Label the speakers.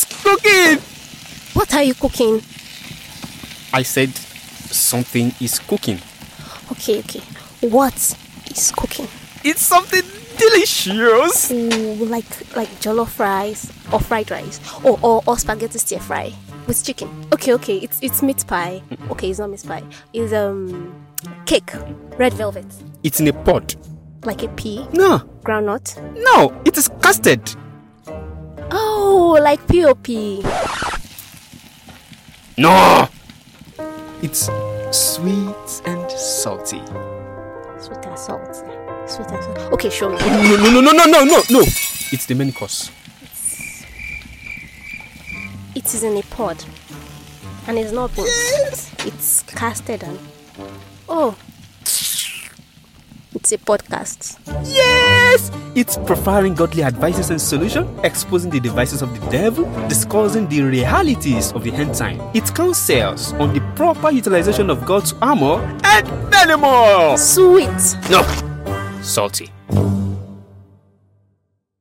Speaker 1: cooking?
Speaker 2: What are you cooking?
Speaker 1: I said something is cooking.
Speaker 2: Okay, okay. What is cooking?
Speaker 1: It's something delicious.
Speaker 2: Ooh, like like jollof rice or fried rice or, or, or spaghetti stir fry with chicken. Okay, okay. It's it's meat pie. Okay, it's not meat pie. It's um cake, red velvet,
Speaker 1: It's in a pot.
Speaker 2: like a pea,
Speaker 1: No,
Speaker 2: groundnut.
Speaker 1: no, it is custard.
Speaker 2: Oh, like POP.
Speaker 1: No! It's sweet and salty.
Speaker 2: Sweet and salt. Sweet and salt. Okay, show me.
Speaker 1: No, no, no, no, no, no, no, no! It's the main course.
Speaker 2: It is in a pod, and it's not boiled. It's casted and oh, it's a podcast.
Speaker 1: Yes! It's profiling godly advices and solution, exposing the devices of the devil, discussing the realities of the end time. It counsels on the proper utilization of God's armor and many more.
Speaker 2: Sweet.
Speaker 1: No, salty.